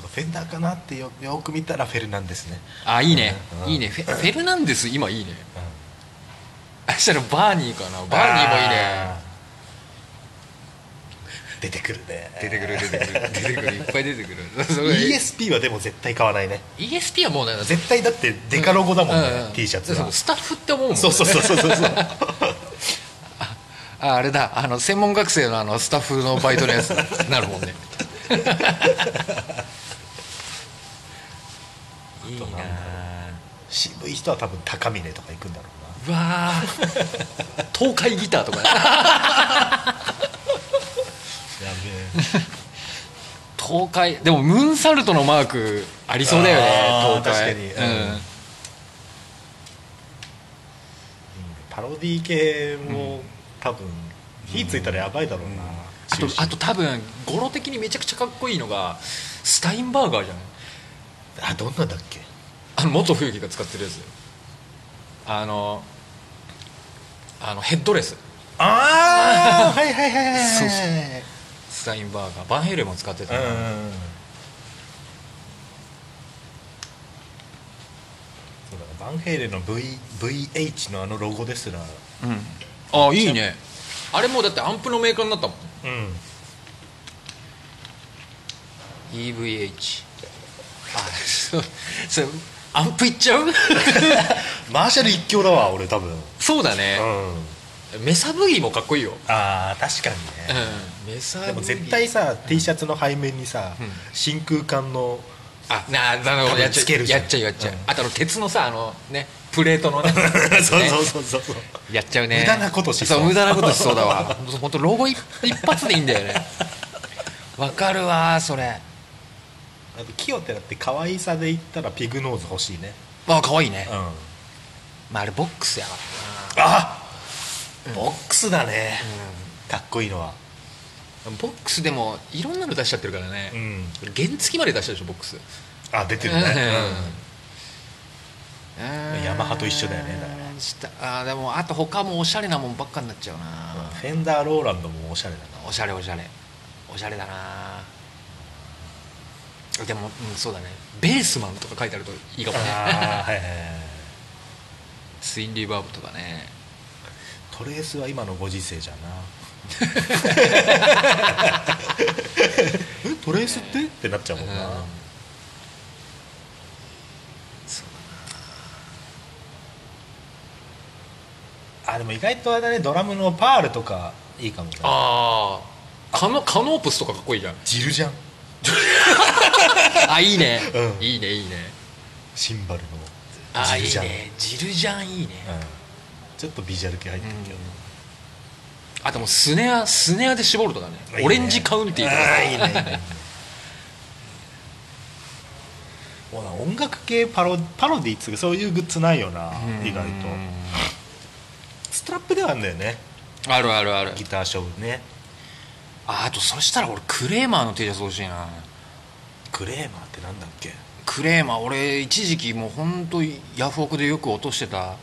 フェンダーかなってよよく見たらフェルナンですね
あいいね、
うん
いいねフェフェルナンデス今いいね
うん
あしたらバーニーかなバーニーもいいね
あー出てくるね
出てくる出てくる出てくるいっぱい出てくる それ
ESP はでも絶対買わないね
ESP はもうなんか
絶対だってデカロゴだもんね、
うう
T シャツ
そう
は
スタッフって思うもんね
そうそうそうそうそ うそう
ああれだあの専門学生のあのスタッフのバイトのやつ なるもんねいいな
渋い人は多分高峰とか行くんだろう
う
な
わー 東海ギターとかね
や
東海でもムーンサルトのマークありそうだよね
あー
東海
確かにうんパロディ系も多分火ついたらやばいだろうな、
あと
中心
あと多分語呂的にめちゃくちゃかっこいいのがスタインバーガーじゃない
あどんなんだっけ
あの元冬木が使ってるやつだよあのあのヘッドレス
ああはいはいはいはい
そう
はい
スタインバーガーバンヘイレンも使ってた
う
な、
んそうだバンヘイレンの、v、VH のあのロゴですらう
あいいねあれもうだってアンプのメーカーになったもん
ん
EVH あそうそれアンプいっちゃう
マーシャル一強だわ俺多分うん
そうだね、メサブギもかっこいいよ、
あー確かにね、
うん、メサブギ
でも絶対さ、T シャツの背面にさ、
ん
真空管の
あなあなるほ
多
ど
分
やっちゃ
つけ
う
るじゃん
やっちゃうやっちゃう、
うん
あとあの鉄のさあのねプレートの ねやつ
そう
ね
そうそうそうそう
やっちゃうね
無駄なことしそう
そう無駄なことしそうだわ 本当ロゴ一一発でいいんだよねわかるわそれ
あとキヨテだって可愛さで言ったらピグノーズ欲しいね
あ可愛いね、
うん
まあ、あれボックスやから
あボックスだね、かっこいいのは
なボックスでもいろんなの出しちゃってるから
う
ね、
ん
原付きまで出したでしょボックス
あ出てるね、
うん
ヤマハと一緒だよねだから
したあーでもあと他もおしゃれなもんばっかになっちゃう
うん
な、
フェンダーローランドもおしゃれだな
おしゃれおしゃれおしゃれだなでも、うん、そうだねベースマンとか書いてあるといいかもね
あーはいはいはい
スインリバーブとかね
トレースは今のご時 世じゃなえトレースってってなっちゃうもんな、
うん
あでも意外とあれだねドラムのパールとかいいかもね
ああカノカノープスとかかっこいいじゃん
ジルじゃん
あいいね、
うん
いいねいいね
シンバルの
あ
ジル
いい
じゃん
ねジルジャンいいね、
うんちょっとビジュアル系入ってるけど、
あともうスネアスネアで絞るとかね
いいね
オレンジカウンティーとか
あーいいねいいねいいねもうな音楽系パロパロディーっつうかそういうグッズないよな、
うん
意外と
うん
トラップではあるんだよね
あるあるある
ギター勝負ね
ああとそしたら俺クレーマーの T シャツ欲しいな
クレーマーってなんだっけ
クレーマー俺一時期もう本当ヤフオクでよく落としてた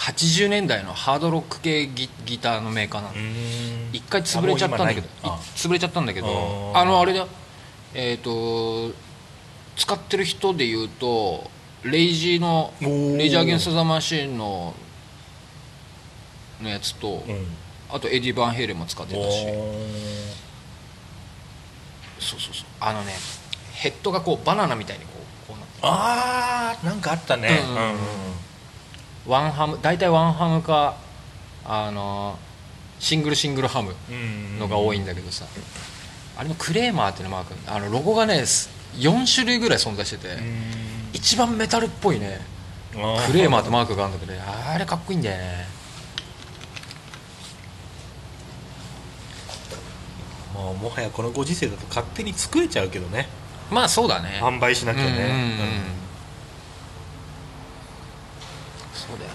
80年代のハードロック系ギギターのメーカーなの
ん
一回潰れちゃったんだけど
あもう今ないあ
い潰れちゃったんだけど
あー
あのあれだよえっ、と使ってる人で言うとレイジーの
おー
レイジー・アゲンスト・ザ・マシーンののやつと、
うん
あとエディ・バンヘイレンも使ってたし
お
そうそうそうあのねヘッドがこうバナナみたいにこうこうなって
あーなんかあったね
う
うんん
うんうんワンハム大体ワンハムかあのシングルシングルハム
うんうん
のが多いんだけどさ、あれのクレーマーっていうのマークあのロゴがねす4種類ぐらい存在してて、
うん
一番メタルっぽいね
あ
クレーマーってマークがあるんだけどねあれかっこいいんだよね
もうもはやこのご時世だと勝手に作れちゃうけどね
まあそうだね
販売しなきゃ
うんうんうん
ね
そうだよ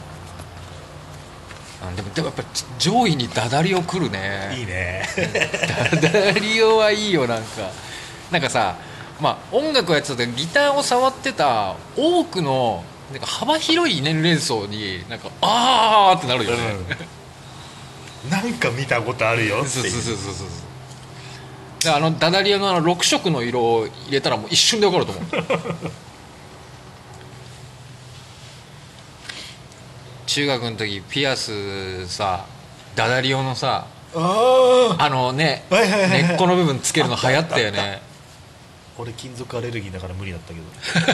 なあでもでもやっぱち上位にダダリオ来るね
うんいいね
ダダリオはいいよなんかなんかさまあ音楽をやってた時ギターを触ってた多くのなんか幅広い年齢層になんかあーってなるよね、
うんなんか見たことあるよって
そう
い
そう
う
そうそうそうであのダダリオのあの6色の色を入れたらもう一瞬で分かると思う中学の時ピアスさダダリオのさ
ああ
あのね
はいはいはいはい
根っこの部分つけるの流行ったよ
あったあ
ね
俺金属アレルギーだから無理だった け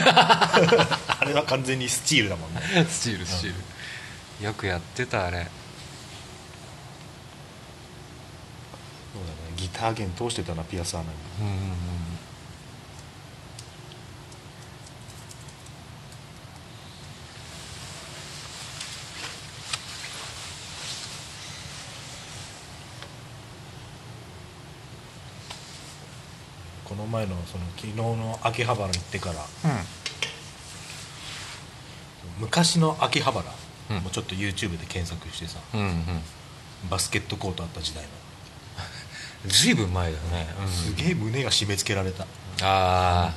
どあれは完全にスチールだもんね
スチールスチールよくやってたあれ
そうだねギター弦通してたなピアス穴に
うんうんうん
この前のその昨日の秋葉原行ってから昔の秋葉原、
うん
もうちょっと YouTube で検索してさ
うんうんうん
バスケットコートあった時代の、
ずいぶん前だよね、うん
すげえ胸が締め付けられた
あ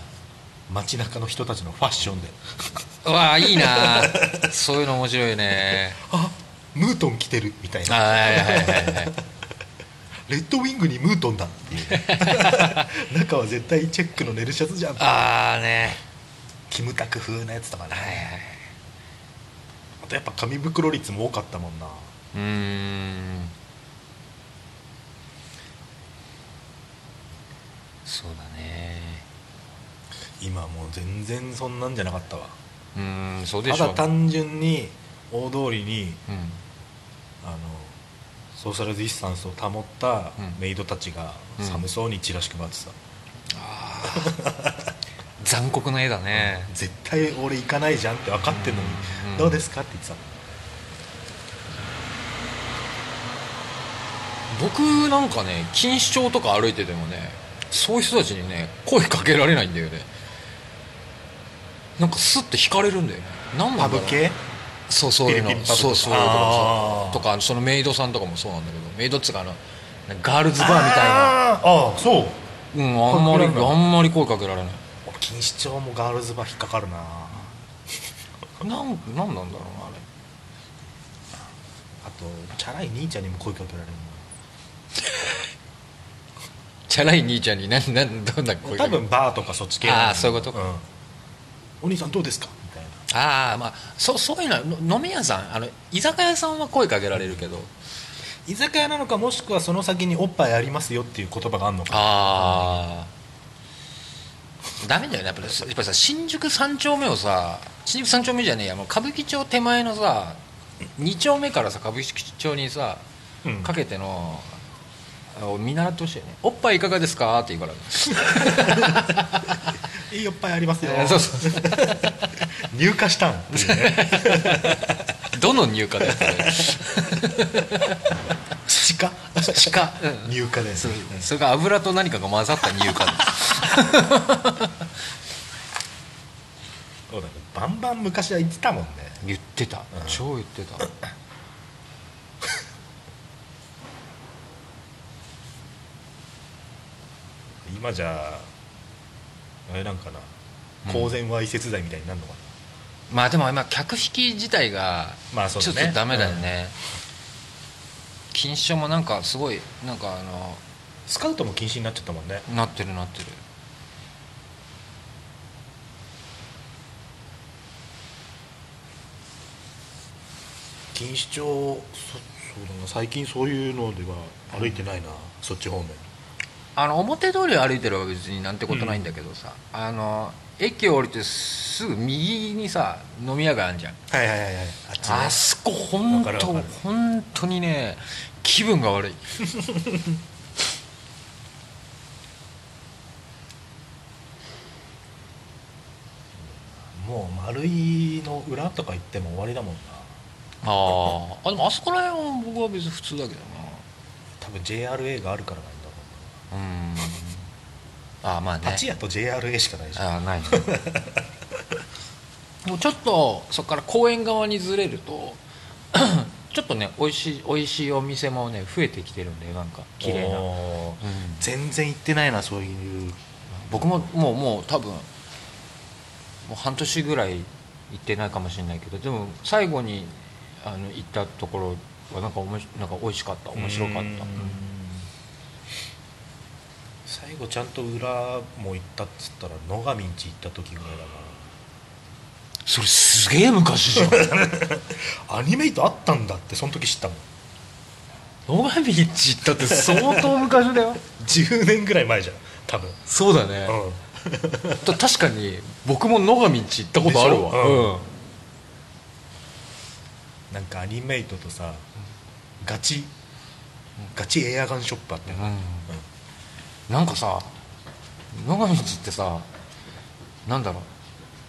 街中の人たちのファッションで
あわあいいなー そういうの面白いね
あムートン着てるみたい
あ
な
はいはいはいはい
レッドウィングにムートンだっ ていう中は絶対チェックのネルシャツじゃん
ああね
キムタク風のやつとかね
はいはい
あとやっぱ紙袋率も多かったもんな
うーんそうだね
今はもう全然そんなんじゃなかったわ
うーんそうで
た
しょ
だ単純に大通りに
うん
あのソーシャルディスタンスを保った
うん
メイドたちが
うん
寒そうにチラシ配ってた、
残酷な絵だね、
絶対俺行かないじゃんって分かってんのに、
うん
どうですかって言ってた
僕なんかね錦糸町とか歩いててもねそういう人たちにね声かけられないんだよねなんかスッて惹かれるんだよね何な
パ
んだ
ブ
ろう
系
そうそういうの
フィリピンパブとか
そうそうとか
あー
とかそのメイドさんとかもそうなんだけどメイドっつうかあのなんかガールズバーみたいな
あーあーそう
うんあんまり
かけられない
あんまり声かけられない
俺錦糸町もガールズバー引っかかるなあ
なんなんなんだろうなあれ
とチャラい兄ちゃんにも声かけられる
チャラい兄ちゃんに何何どんな
な
声
多
かけ
分バーとかそっち系
あーそういうことか
んお兄さんどうですかみたいな
ああまあそうそういうのはの飲み屋さんあの居酒屋さんは声かけられるけど
居酒屋なのかもしくはその先におっぱいありますよっていう言葉があるのか
ああダメだよねやっぱりやっぱりさ新宿三丁目をさ新宿三丁目じゃねえやもう歌舞伎町手前のさ2丁目からさ歌舞伎町にさ
うん
かけての、あ見習ってほしいよね「おっぱいいかがですか?」って言うから
いいおっぱいありますよ
そうそう
入荷したんっていうね
どの入荷だよこれ
地下
地下、うん
入荷です
そうそれが油と何かが混ざった入荷だ
そうだねバンバン昔は言ってたもんね
言ってた、
うん
超言ってた
まあじゃああれなんかな
うん
公然わいせつ罪みたいになるのかな、
まあでも今客引き自体が
まあそう
ちょ
だ
っ
ね
とダメだよね禁止書もなんかすごいなんかあの
スカウトも禁止になっちゃったもんね
なってるなってる
錦糸町そそうだな最近そういうのでは歩いてないな、そっち方面
あの表通りを歩いてれば別になんてことないんだけどさ、あの駅を降りてすぐ右にさ飲み屋があるじゃん
はいはいはいはいあっちね
あそこ本
わかる
当
わかる
本当にね気分が悪い
もう丸いの裏とか行っても終わりだもんな
ああでもあそこら辺は僕は別に普通だけど
多分 JRA があるからなんだろ
なうんああまあ
うな
ね
パチ屋と JRA しかないじゃん
ああないね もうちょっとそこから公園側にずれると ちょっとね美味しい美味しいお店もね増えてきてるんだよなんか綺麗な、うん、
おー全然行ってないなそういう
僕ももうもう多分もう半年ぐらい行ってないかもしれないけどでも最後にあの行ったところはなんかおもしなんか美味しかった面白かった
うん最後ちゃんと裏も行ったっつったら野上んち行った時ぐらいだか
それすげえ昔 じゃん
らアニメイトあったんだってその時知ったもん
野上ビーチ行ったって相当昔だよ
10年ぐらい前じゃん多分
そうだね
うん
た確かに僕も野上んち行ったことある
でし
わ、
ょ
うん
なんかアニメイトとさガチガチエアガンショップあったよな
なんかさ野上んちってさなんだろう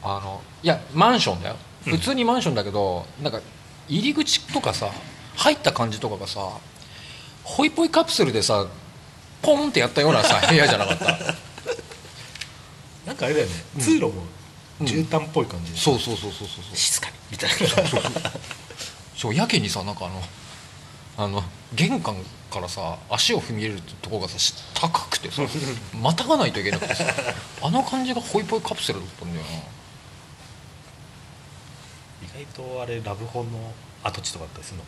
あのいやマンションだよ普通にマンションだけど、なんか入り口とかさ入った感じとかがさホイポイカプセルでさポンってやったような さ部屋じゃなかった
なんかあれだよね通路も
うん
絨毯っぽい感じで
そうそうそうそうそうそう
静かにみたいな
そうやけにさなんかあのあの玄関からさ足を踏み入れるとこがさし高くて さまたがないといけなくてさあの感じがホイポイカプセルだったんだよ
意外とあれラブホの跡地とかだったりするの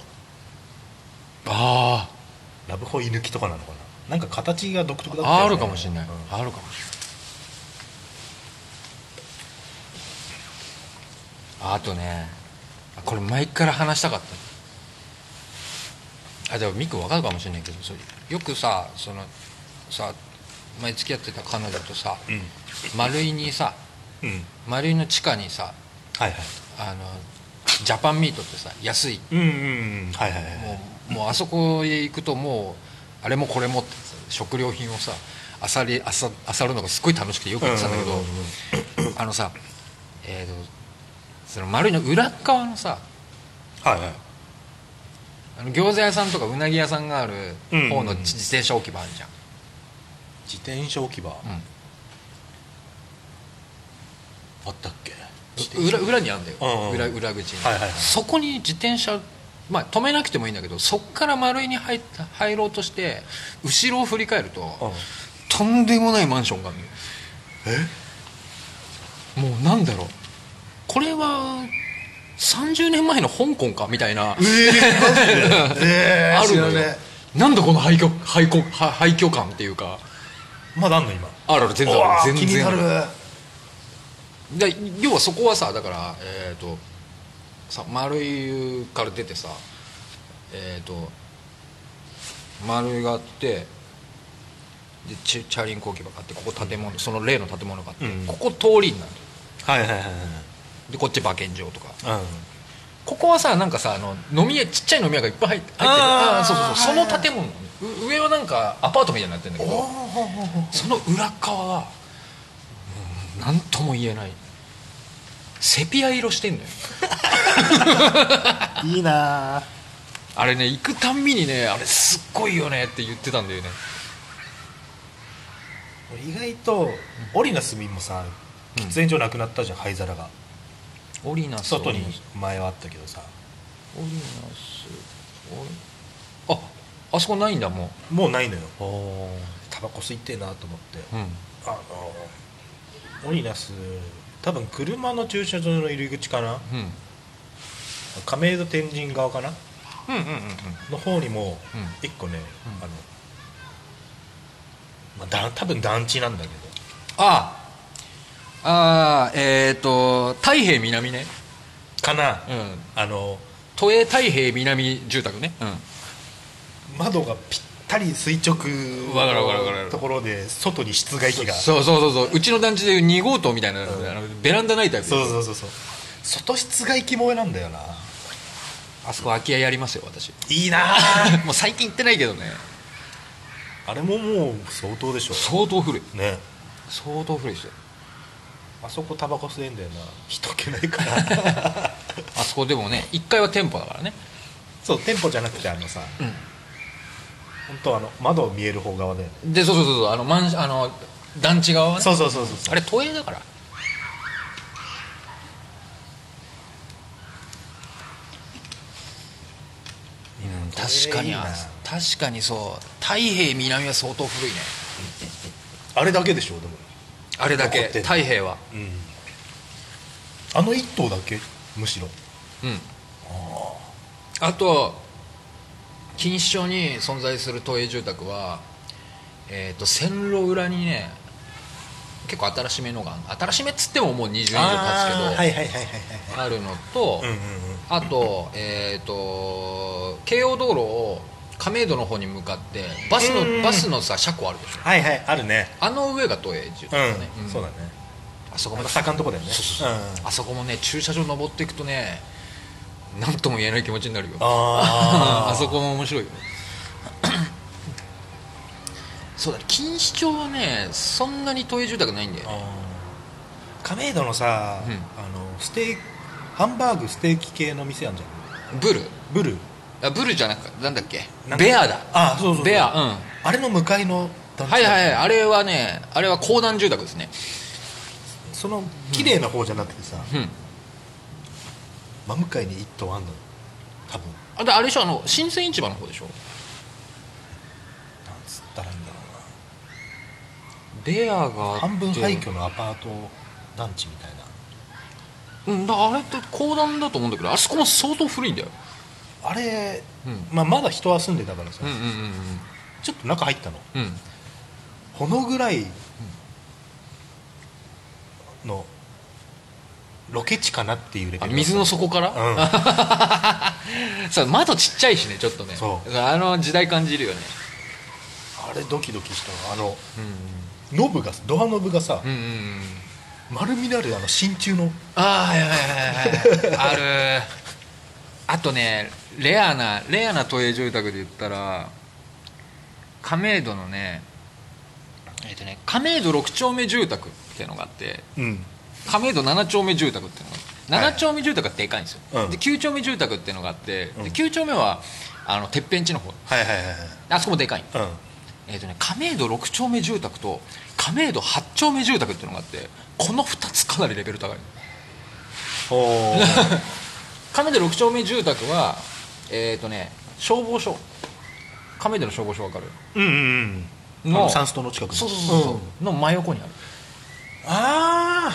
か
なあ
なラブホ居抜きとかなのかななんか形が独特だったよね
ああるかもしれない、
うん
あるかもしれないああとねあこれ前から話したかったあでもミクわかるかもしれないけどそうよくさそのさ前付き合ってた彼女とさ
うん
丸井にさ
うん
丸井の地下にさ
はいはい
あのジャパンミートってさ安い
うんうんうんはいはいはいはい
もうもうあそこへ行くともうあれもこれもって食料品をさあさりあさあさるのがすっごい楽しくてよく行ってたんだけど、
うんうんうん
あのさえー、とその丸いの裏側のさ
はいはい
あの餃子屋さんとかうなぎ屋さんがある方の
うんうんうん
自転車置き場あるじゃん、
自転車置き場あ
うん
ったっけ
裏裏にあるんだよ、
うんうん
裏裏口に、
はいはいはい
そこに自転車、まあ、止めなくてもいいんだけどそっから丸いに入った入ろうとして後ろを振り返ると、
うん
とんでもないマンションがあるのよもうなんだろうこれは30年前の香港かみたいな、
ええ
あるの
知ら
よ
ね
なんだこの廃墟廃墟は廃墟感っていうか
えまだあんの今
あるある全然
うわ
あ
ー
る全
気に
然
な
ある
る
で要はそこはさだからえっ、とさ丸いから出てさえっ、と丸いがあってでチチャリンコ置き場があってここ建物その例の建物があって、
うん
ここ通りになる
はいはいはいはい
でこっち馬券場とか
うん
ここはさなんかさあの飲み屋ちっちゃい飲み屋がいっぱい入って入ってる
あー
あーそうそうそう
はいはい
その建物う上はなんかアパートみたいになってるんだけどその裏側は何とも言えないセピア色してんのよ
いいな
あれね行くたんびにねあれすっごいよねって言ってたんだよね
意外とオリナスミもさ
うん
喫煙所なくなったじゃん灰皿が
オリナス
外に
オリナス
前はあったけどさ
オリナスオリああそこないんだも
もうないのよ
う
タバコ吸いてえなと思って
うん
あのオニナス多分車の駐車場の入り口かな
うん
亀戸天神側かな
うんうんうんうん
の方にも
うん
一個ね、
うん
あの、まあだ、多分団地なんだけど
あああーえっ、と太平南ね
かな、
うん
あの
都営太平南住宅ねうん
窓がぴったり垂直
わかるわかるわかる
ところで外に室外機が
そうそうそうそううちの団地でいう2号棟みたいな、
ん
あのベランダないタイプ
そうそうそうそう外室外機萌えなんだよな
あそこ空き家やりますよ私
いいな あ
もう最近行ってないけどね
あれももう相当でしょ
相当古い
ね
相当古いですよ
あそこタバコ吸えんだよな人気ないから
あそこでもね1階は店舗だからね
そう店舗じゃなくてあのさ、本当あの窓見える方側で、
でそうそうそうそうあのマンシあの団地側はね
そうそうそうそうそう
あれ都営だからうん確かにあ
都営いいな
確かにそう太平南は相当古いね
あれだけでしょでも
あれだけ
残ってんの
太平は
うんあの一頭だけむしろ
うんあと錦糸町に存在する都営住宅は、えー、と線路裏にね結構新しめのがあん新しめっつってももう20年以上経つけど
あーはいはいはいはい
あるのと、
はいうんうん
あと,、えー、と京葉道路を亀戸の方に向かってバス
うん
のバスのさ車庫あるでしょ
はいはいあるね
あの上が都営住宅だね、
うん、
ん
そうだね
あそこ
ま
も
た坂のとこだよね
そうそうそう
うん
あそこもね駐車場登っていくとね何とも言えない気持ちになるよ
あー
あそこも面白いよ そうだね錦糸町はねそんなに都営住宅ないんだよね
あー亀戸のさ、
うん
あのステーキハンバーグステーキ系の店あんじゃん
ブル
ブル
あブルじゃなくなんだっけ
なんか
ベアだ
あそうそうそう
ベアうん
あれの向かいの団地
はいはいはいあれはねあれは公団住宅ですね
その綺麗な方じゃなくてさ、
うん
真向かいに一頭あんのよ多分
あであれでしょあの新鮮市場の方でしょ
なんつったらいいんだろうな
ベアがあって
半分廃墟のアパート団地みたいな
うんだあれって公団だと思うんだけどあそこも相当古いんだよ
あれ、
うん
まあ、まだ人は住んでたからさ、
うんうんうん
ちょっと中入ったの
うんうん
ほのぐらいのロケ地かなっていうレベ
あ
ル
水の底から、
う
そう窓ちっちゃいしねちょっとね
そう
あの時代感じるよね
ん、あれドキドキしたのあの
う
ノブがドアノブがさ、
んうんうんうん
丸みのあるあの真鍮の
ああはいはいはいはいあるあとねレアなレアな都営住宅で言ったら亀戸のねえっ、とね亀戸6丁目住宅っていうのがあって
うん
亀戸7丁目住宅っていうのが
はい
7丁目住宅はでかいんですよ、
うん
で9丁目住宅っていうのがあって、
うん
で9丁目はあのてっぺん地の方
はいはいはい
あそこもでかい
はい
えーとね、亀戸6丁目住宅と亀戸8丁目住宅っていうのがあってこの2つかなりレベル高い
うんおー
亀戸6丁目住宅はえっ、とね消防署亀戸の消防署わかる
うんうんうんあ
の
のサンストの近くの
そうそうそうそう、
ん
の真横にある
ああ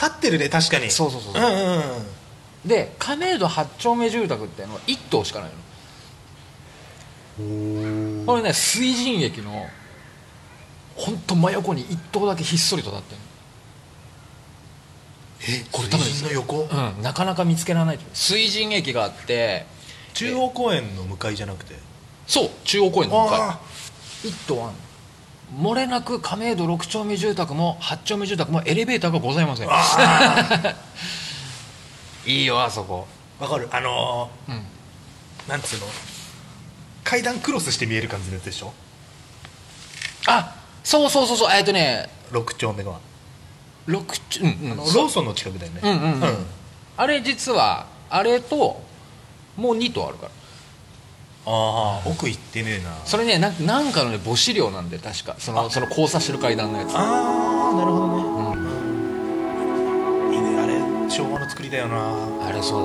立ってるね確かに
そうそうそう
うんうんうん
で亀戸8丁目住宅っていうのは1棟しかないの
お
これね水神駅のほんと真横に1棟だけひっそりと立ってる
え
これ多分
水の横
うん、なかなか見つけられないと思う水神駅があって
中央公園の向かいじゃなくて
そう中央公園の向かい
あ
一棟あんの漏れなく亀戸6丁目住宅も8丁目住宅もエレベーターがございません いいよあそこ
ーわかるあの
うん
ーなんつうの階段クロスして見える感じのやつでしょ
あそうそうそうそうえっとね
6丁目のは
六丁うんう
あ
ん
のローソンの近くだよね
うんうんうんあれ実はあれともう2棟あるから
ああ奥行ってねえな
それねなんなんかのね母資料なんで確かそのその交差してる階段のやつ
ああなるほどね、いいねあれ昭和の作りだよな
あれそう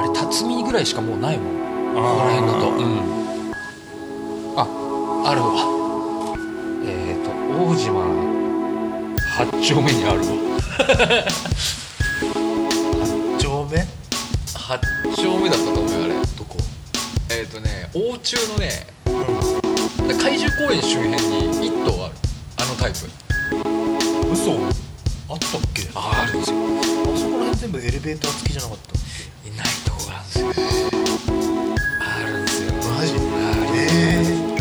だねあれ辰巳ぐらいしかもうないもんこ
あー
の辺だとうんああるわええっ、と大島八丁目にあるわ
八丁目
八丁目だったと思うよあれ
どこ
えっ、とね王中のね
う
怪獣公園周辺に1頭あるあのタイプ
ん嘘あったっけあ
ああるんですよ
そこら辺全部エレベーター付きじゃなかったっ
いないとこがあるんですよあるんですよ
けマジ
あれ
ええ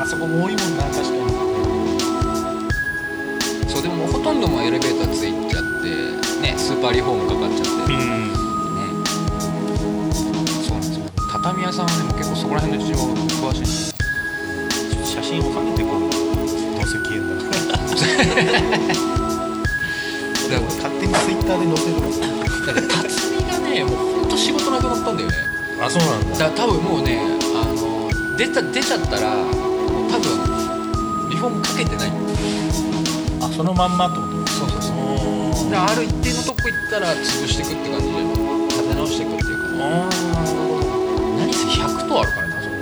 あそこも多いもんな確かに
そうでもほとんどもうエレベーターついちゃってねスーパーリフォームかかっちゃって
うん
ねそうなんですよ畳屋さんはでも結構そこら辺の事情が詳しいんですね
写真をかけてこうどうせ消えんだから
だか
勝手にツイッターで載せる
らだから辰巳がねもうほんと仕事なくなったんだよね
あそうなん
だから多分もうねあの出た出ちゃったらもう多分リフォームかけてない
あそのまんまってこと
そうそうそう
お
で
あ
ある一定のとこ行ったら潰していくって感じで立て直していくっていうか
あ
何せ100とあるからなそこ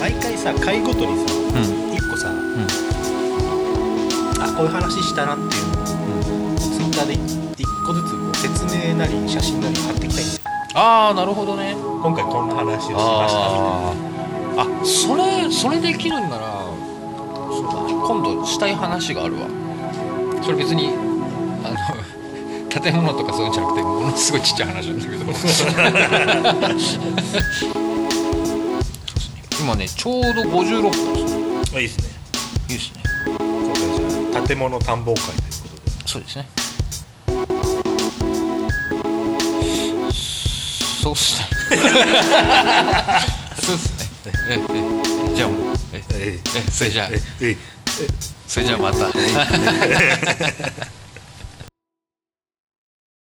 毎回さ回ごとにさ
うん
一個さ
うん
あこういう話したなっていうのをツイッターで一個ずつこう説明なり写真なり貼ってきたいんだよ
ああなるほどね
今回こんな話をしましたみたいな
ああそれそれできるんならそうだ今度したい話があるわそれ別にあの 建物とかそういうんじゃなくてものすごいちっちゃい話なんだけど 今ねちょうど56分ですね
あいいですね
いいですね
今回じゃあ建物探訪会ということで
そうですねそうっすね そうっすねえええじゃあもうえ
え
えそれじゃあ
ええ
それじゃあまた。